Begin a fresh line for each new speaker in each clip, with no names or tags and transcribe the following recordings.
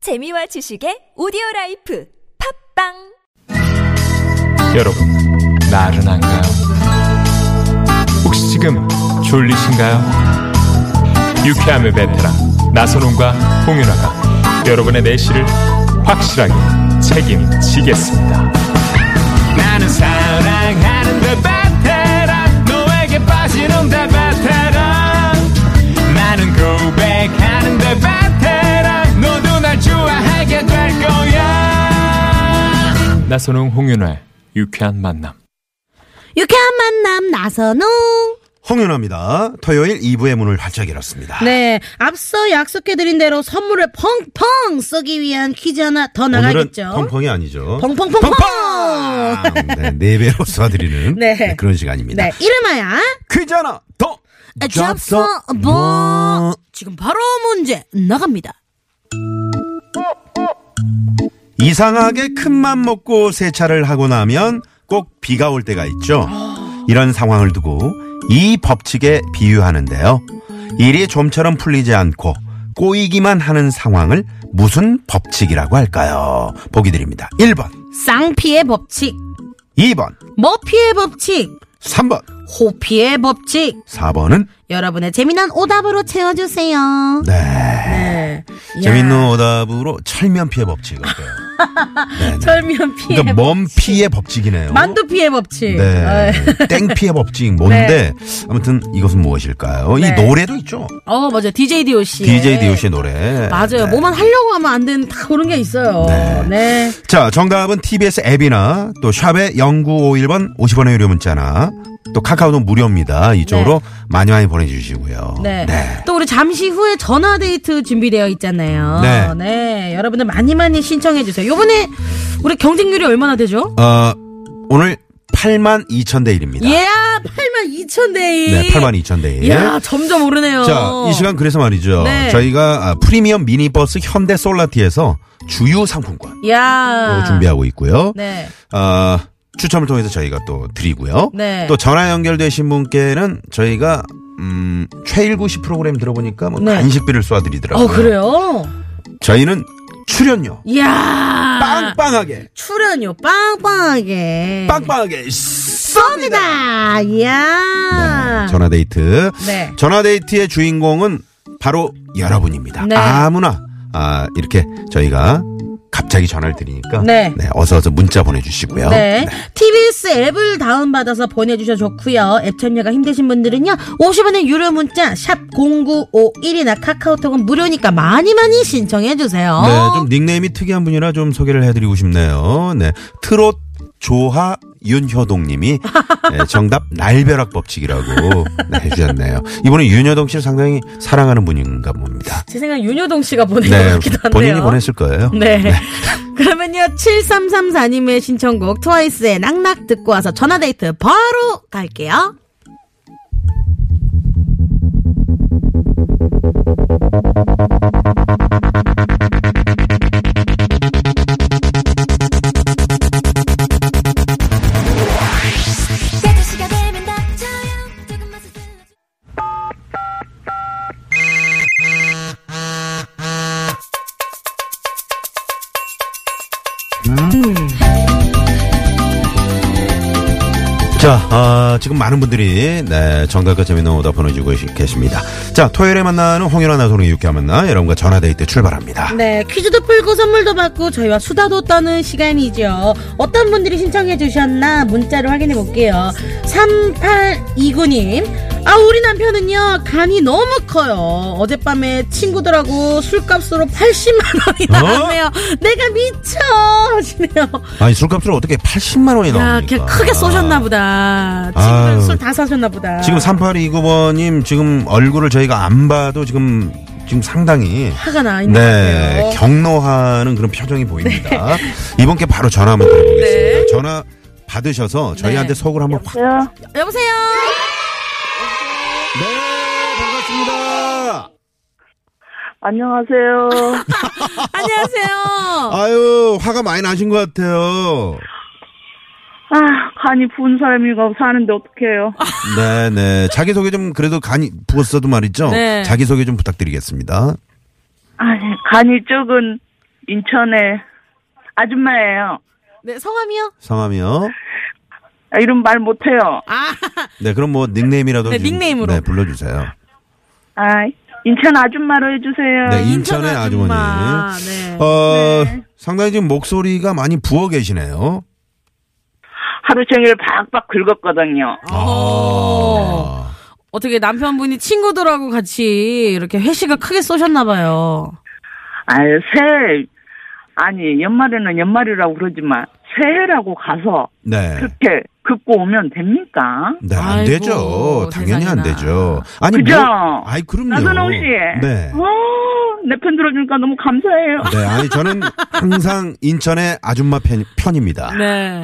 재미와 지식의 오디오 라이프 팝빵
여러분, 나른한가요? 혹시 지금 졸리신가요? 유쾌함의 베테랑 나선홍과 홍윤아가 여러분의 내실을 확실하게 책임지겠습니다. 나는 사랑하는데 베테랑 너에게 빠지는데 베테랑 나는 고백하는데 그 베테랑 너도 날 좋아하게 될 거야. 나선홍 홍윤아의 유쾌한 만남.
유쾌한 만남 나선홍.
홍윤아입니다. 토요일 2부의 문을 활짝 열었습니다.
네, 앞서 약속해드린 대로 선물을 펑펑 쏘기 위한 퀴즈 하나 더
오늘은
나가겠죠.
펑펑이 아니죠.
펑펑펑펑!
펑펑! 네, 네 배로 쏴드리는
네.
네, 그런 시간입니다.
네, 이름하야
퀴즈 하나 더!
잡서 뭐 지금 바로 문제 나갑니다.
이상하게 큰 맘 먹고 세차를 하고 나면 꼭 비가 올 때가 있죠. 이런 상황을 두고 이 법칙에 비유하는데요. 일이 좀처럼 풀리지 않고 꼬이기만 하는 상황을 무슨 법칙이라고 할까요? 보기 드립니다. 1번,
쌍피의 법칙,
2번,
머피의 법칙,
3번,
호피의 법칙.
4번은
여러분의 재미난 오답으로 채워주세요.
네.
네.
재밌는 오답으로 철면 피해 법칙 어때요? 네네.
철면 아, 피해.
그러니까 먼 피해 법칙이네요.
만두 피해 법칙.
네. 땡 피해 법칙 뭔데? 아무튼 이것은 무엇일까요? 이
네.
노래도 있죠.
어, 맞아. DJ DOC. 의
DJ DOC의 노래.
맞아요.
네.
뭐만 하려고 하면 안 되는 다 그런 게 있어요. 네.
자, 정답은 TBS 앱이나 또 샵의 0951번 50원의 유료 문자나 또 카카오톡 무료입니다. 이쪽으로 많이 많이 보내주시고요.
네. 또 우리 잠시 후에 전화 데이트 준비되어 있잖아요.
네.
네. 여러분들 많이 많이 신청해 주세요. 요번에 우리 경쟁률이 얼마나 되죠?
어, 오늘 8만 2천 대 1입니다.
예, 8만 2천 대 1.
네, 8만 2천 대 1.
이야, 점점 오르네요.
자, 이 시간 그래서 말이죠.
어. 네.
저희가 아, 프리미엄 미니버스 현대 솔라티에서 주유 상품권
이야.
또 준비하고 있고요.
아. 네.
어, 추첨을 통해서 저희가 또 드리고요.
네.
또 전화 연결되신 분께는 저희가 음, 최일구시 프로그램 들어보니까 뭐
네.
간식비를 쏴드리더라고요.
어, 그래요?
저희는 출연료
이야.
빵빵하게
출연료 빵빵하게.
빵빵하게 쏩니다.
쏩니다. 이야.
네, 전화 데이트.
네.
전화 데이트의 주인공은 바로 여러분입니다.
네.
아무나 아, 이렇게 저희가 갑자기 전화를 드리니까
네.
어서 어서 문자 보내주시고요.
네. TBS 앱을 다운받아서 보내주셔 좋고요. 앱 참여가 힘드신 분들은요. 50원의 유료 문자 샵 0951이나 카카오톡은 무료니까 많이 많이 신청해주세요.
네, 좀 닉네임이 특이한 분이라 좀 소개를 해드리고 싶네요. 네, 트롯 조하 윤효동님이 네, 정답 날벼락 법칙이라고 네, 해주셨네요. 이번에 윤효동 씨를 상당히 사랑하는 분인가 봅니다.
제 생각엔 윤효동 씨가 보낸
네,
것 같기도 한데요.
본인이 보냈을 거예요.
네. 그러면요. 7334님의 신청곡 트와이스의 낙낙 듣고 와서 전화데이트 바로 갈게요.
자, 아, 지금 많은 분들이 네, 정답과 재미있는 오답 보내주고 계십니다. 자, 토요일에 만나는 홍윤아 나선홍의 유쾌한 만나 여러분과 전화데이트 출발합니다.
네, 퀴즈도 풀고 선물도 받고 저희와 수다도 떠는 시간이죠. 어떤 분들이 신청해 주셨나 문자로 확인해 볼게요. 3829님. 아, 우리 남편은요, 간이 너무 커요. 어젯밤에 친구들하고 술값으로 80만원이
어?
나갔네요. 내가 미쳐! 하시네요.
아니, 술값을 어떻게 80만 원이
야, 이렇게
나옵니까?
크게 쏘셨나보다. 친구들
아유.
술다 사셨나보다.
지금 3829번님 지금 얼굴을 저희가 안 봐도 지금 지금 상당히
화가 나 있는 것
네
같아요. 네.
경로하는 그런 표정이 보입니다. 이분께 바로 전화 한번 드려보겠습니다. 전화 받으셔서 저희한테
네.
속을 한번 확. 네
여보세요?
네, 반갑습니다.
안녕하세요.
안녕하세요.
아유 화가 많이 나신 것 같아요.
아, 간이 부은 사람이가 사는데 어떡해요.
네네 자기 소개 좀 그래도 간이 부었어도 말이죠.
네.
자기 소개 좀 부탁드리겠습니다.
아니, 간이 아, 네. 적은 인천의 아줌마예요.
네, 성함이요?
성함이요.
아, 이름 말 못해요.
아,
네, 그럼 뭐 닉네임이라도
네,
좀-
닉네임으로.
네, 불러주세요.
아, 인천 아줌마로 해주세요.
네,
인천
인천의 아주머니.
아줌마. 네.
어, 상당히 지금 목소리가 많이 부어 계시네요.
하루 종일 박박 긁었거든요.
어.
아,
어떻게 남편분이 친구들하고 같이 이렇게 회식을 크게 쏘셨나봐요.
아, 새해, 아니, 연말에는 연말이라고 그러지만, 새해라고 가서
네.
그렇게 긁고 오면 됩니까?
네, 안
아이고,
되죠. 당연히 안
세상에나.
되죠. 아니,
그죠?
뭐, 아이, 그럼요.
나선홍 씨.
네.
어, 내편 들어주니까 너무 감사해요.
네, 아니, 저는 항상 인천의 아줌마 편, 편입니다.
네.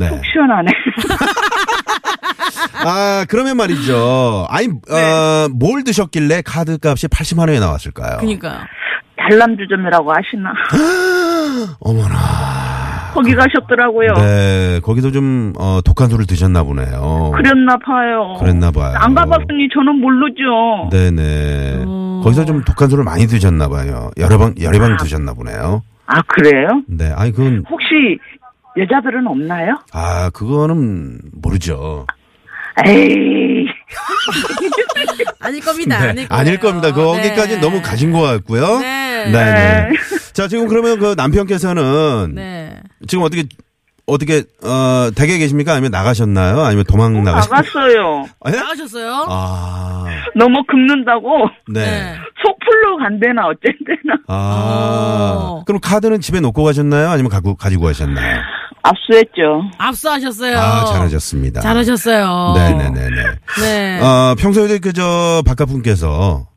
네.
속 시원하네.
아, 그러면 말이죠. 아니, 어, 뭘 드셨길래 카드 값이 80만 원이 나왔을까요?
그니까요.
달람주점이라고 아시나?
어머나.
거기 가셨더라고요.
네, 거기도 좀, 어, 독한 술을 드셨나 보네요.
그랬나 봐요.
그랬나 봐요.
안 가봤으니 저는 모르죠.
네네. 거기서 좀 독한 술을 많이 드셨나 봐요. 여러 방, 여러 방 드셨나 보네요.
아, 그래요?
네, 아니, 그건,
혹시 여자들은 없나요?
아, 그거는 모르죠.
에이.
아닐 겁니다.
네,
아닐,
아닐 겁니다. 거기까지 너무 가신 것 같고요.
네.
네 자, 지금 그러면 그 남편께서는
네.
지금 어떻게 어떻게 어 댁에 계십니까? 아니면 나가셨나요? 아니면 도망 어, 나가셨나요?
나갔어요.
나가셨어요?
아,
너무 긁는다고
네.
속 풀로 간대나 어쨌대나
아,
오.
그럼 카드는 집에 놓고 가셨나요? 아니면 갖고 가지고 가셨나요?
압수했죠.
네. 압수하셨어요.
아, 잘하셨습니다.
잘하셨어요.
네네네네.
네.
어, 평소에 그저 바깥분께서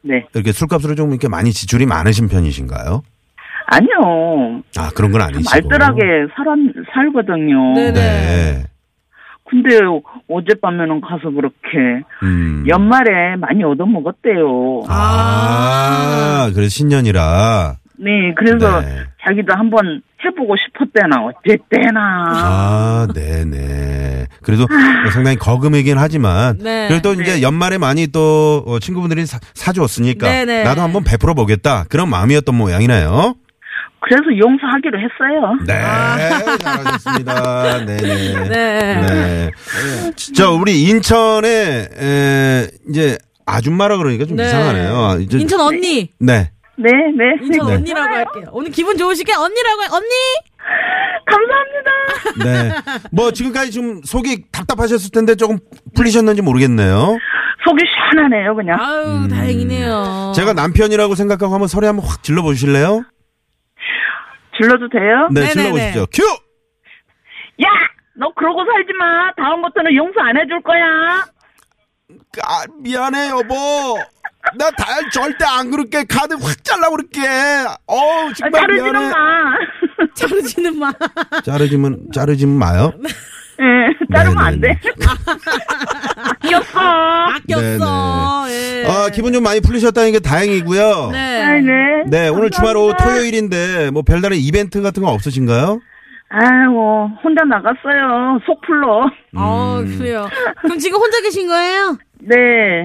네.
이렇게 술값으로 좀 이렇게 많이 지출이 많으신 편이신가요?
아니요.
아, 그런 건 아니시고.
말뜰하게 사람 살거든요.
네네.
네.
근데 어젯밤에는 가서 그렇게
음.
연말에 많이 얻어먹었대요.
아, 그래서 신년이라.
네, 그래서
네.
자기도 한번 해보고 싶었대나 어쨌대나.
아, 네네. 그래도 상당히 거금이긴 하지만.
네.
그래도 또 이제 연말에 많이 또 어, 친구분들이 사, 사주었으니까.
네네.
나도 한번 베풀어 보겠다. 그런 마음이었던 모양이네요.
그래서 용서하기로 했어요.
네. 잘하셨습니다. 네네.
아. 네.
네. 진짜 우리 인천에, 에, 이제 아줌마라 그러니까 좀
네.
이상하네요. 아, 이제-
인천 언니.
네.
네, 네.
인천 언니라고 할게요. 오늘 기분 좋으시게 언니라고 해. 언니.
감사합니다.
네. 뭐 지금까지 좀 속이 답답하셨을 텐데 조금 풀리셨는지 모르겠네요.
속이 시원하네요, 그냥.
아유
어.
다행이네요.
음. 제가 남편이라고 생각하고 한번 소리 한번 확 질러 보실래요?
질러도 돼요?
네,
네네네.
질러 보십시오. 큐!
야! 너 그러고 살지 마. 다음부터는 용서 안 해줄 거야.
아, 미안해 여보. 나 달 절대 안 그럴게. 카드 확 잘라 그럴게. 어우,
아,
정말
자르지는
미안해.
마.
자르지는 마.
자르지면 자르지면 마요.
예, 자르면 안
네네네.
돼. 아꼈어.
아꼈어. 예.
아, 기분 좀 많이 풀리셨다는 게 다행이고요. 네.
네.
아, 네.
오늘 주말 오후
감사합니다.
토요일인데 뭐 별다른 이벤트 같은 거 없으신가요?
아이고, 뭐, 혼자 나갔어요. 속풀로.
어 그래요. 그럼 지금 혼자 계신 거예요?
네.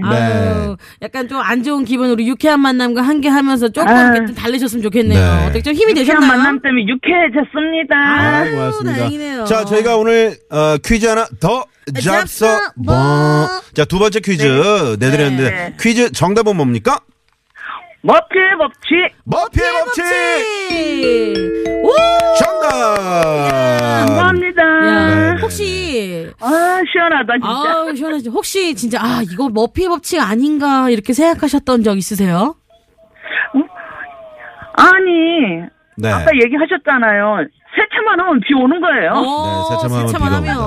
아유, 약간 좀 안 좋은 기분으로 유쾌한 만남과 함께 하면서 조금
아.
이렇게 좀 달래셨으면 좋겠네요.
네.
어떻게 좀 힘이
시간
되셨나요? 아.
만남 때문에 유쾌해졌습니다.
고맙습니다.
다행이네요.
자, 저희가 오늘 어, 퀴즈 하나 더 잡서
잡숴
뭐.
뭐.
자, 두 번째 퀴즈 내드렸는데
네.
퀴즈 정답은 뭡니까? 뭐
멋지의 법칙.
머피의 법칙!
오!
정답!
감사합니다.
야,
네.
혹시
아, 시원하다, 진짜.
아우 시원하지. 혹시 진짜 아 이거 머피의 법칙 아닌가 이렇게 생각하셨던 적 있으세요?
아니,
네.
아까 얘기하셨잖아요. 세차만 하면 비 오는 거예요.
어,
세차만 하면 네, 비가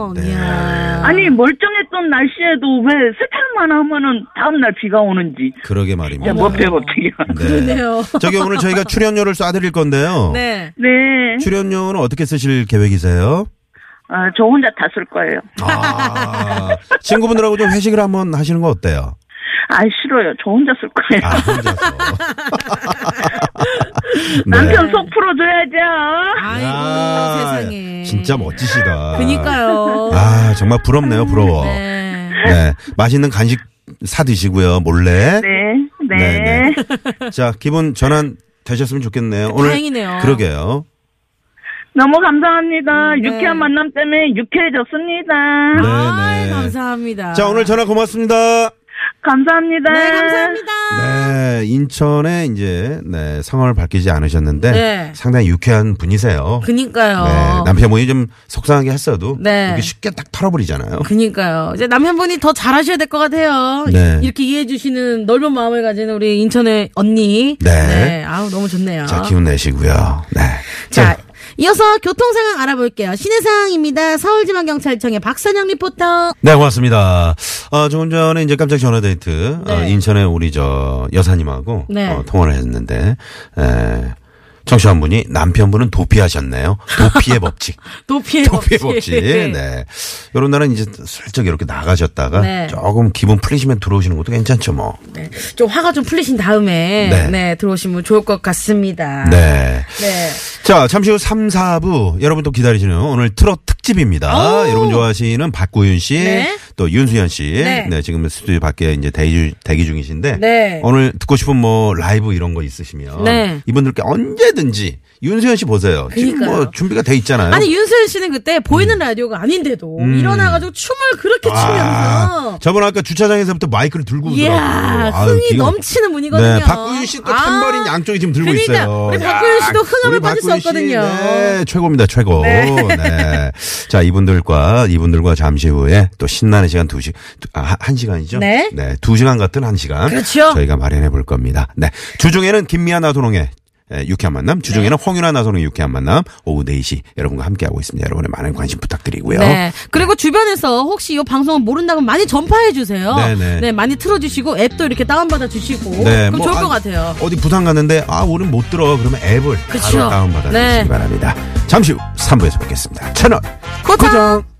온다. 네.
이야.
아니 멀쩡했던 날씨에도 왜 세탁만 하면은 다음날 비가 오는지
그러게
진짜
말입니다.
뭐 배고프기야
그러네요.
저기 오늘 저희가 출연료를 쏴드릴 건데요.
네.
네.
출연료는 어떻게 쓰실 계획이세요?
아, 저 혼자 다 쓸 거예요.
아, 친구분들하고 좀 회식을 한번 하시는 거 어때요?
아 싫어요. 저 혼자 쓸 거예요.
아, 혼자서. 네.
남편 속 풀어줘야죠.
아이고
아,
세상에.
진짜 멋지시다.
그니까요.
아, 정말 부럽네요, 부러워. 네.
네.
맛있는 간식 사 드시고요, 몰래.
네, 네.
네, 자, 기분 전환 되셨으면 좋겠네요. 오늘
다행이네요.
그러게요.
너무 감사합니다.
음, 네.
유쾌한 만남 때문에 유쾌해졌습니다.
네,
아이,
네.
감사합니다.
자, 오늘 전화 고맙습니다.
감사합니다.
네, 감사합니다.
네, 인천에 이제 네, 상황을 밝히지 않으셨는데
네.
상당히 유쾌한 분이세요.
그니까요.
네, 남편분이 좀 속상하게 했어도
네.
이렇게 쉽게 딱 털어버리잖아요.
그니까요. 이제 남편분이 더 잘하셔야 될 것 같아요.
네.
이렇게 이해해주시는 넓은 마음을 가진 우리 인천의 언니.
네.
아우, 너무 좋네요.
자, 기운 내시고요. 네.
자, 이어서 교통 상황 알아볼게요. 시내 상황입니다. 서울지방경찰청의 박선영 리포터.
네, 고맙습니다. 어, 조금 전에 이제 깜짝 전화 데이트, 어, 인천에 우리 저 여사님하고
네.
어, 통화를 했는데, 에, 청취한 분이 남편분은 도피하셨네요. 도피의 법칙.
도피의
도피의
법칙.
법칙. 네. 요런 날은 이제 슬쩍 이렇게 나가셨다가
네.
조금 기분 풀리시면 들어오시는 것도 괜찮죠, 뭐.
네, 좀 화가 좀 풀리신 다음에
네.
네, 들어오시면 좋을 것 같습니다.
네.
네.
자, 잠시 후 3, 4부 여러분 또 기다리시는 오늘 트롯 특집입니다.
오.
여러분 좋아하시는 박구윤 씨,
네.
또 윤수현 씨.
네.
네. 지금 스튜디오 밖에 이제 대기, 대기 중이신데
네.
오늘 듣고 싶은 뭐 라이브 이런 거 있으시면
네.
이분들께 언제든지 윤수현 씨 보세요. 지금
그러니까요.
뭐 준비가 돼 있잖아요.
아니 윤수현 씨는 그때 보이는
음.
라디오가 아닌데도 일어나가지고 춤을 그렇게 추면서
저번 아까 주차장에서부터 마이크를 들고
이야
오더라고요. 아유,
흥이
기가-
넘치는 분이거든요. 아.
네, 박구윤 씨또 찬바린 양쪽에 지금 들고
그러니까
있어요.
우리 박구윤 씨도 흥
우리
하면 빠질 수
박구윤 씨,
없거든요.
네, 최고입니다, 최고. 네. 자, 이분들과, 이분들과 잠시 후에 또 신나는 시간 두시 아, 한- 한 시간이죠?
네.
네, 두 시간 같은 한 시간.
그렇죠.
저희가 마련해 볼 겁니다. 네. 주중에는 김미아 나선홍의 에, 유쾌한 만남, 주중에는
네.
홍윤아 나선홍의 유쾌한 만남, 오후 4시 여러분과 함께하고 있습니다. 여러분의 많은 관심 부탁드리고요.
네. 그리고 주변에서 혹시 이 방송을 모른다면 많이 전파해 주세요.
네, 네.
많이 틀어주시고 앱도 이렇게 다운받아 주시고
네,
그럼
뭐,
좋을 것
아,
같아요.
어디 부산 갔는데 아 오늘 못 들어 그러면 앱을
그쵸.
바로 다운받아 주시기
네.
바랍니다. 잠시 후 3부에서 뵙겠습니다. 채널
고정.
고정.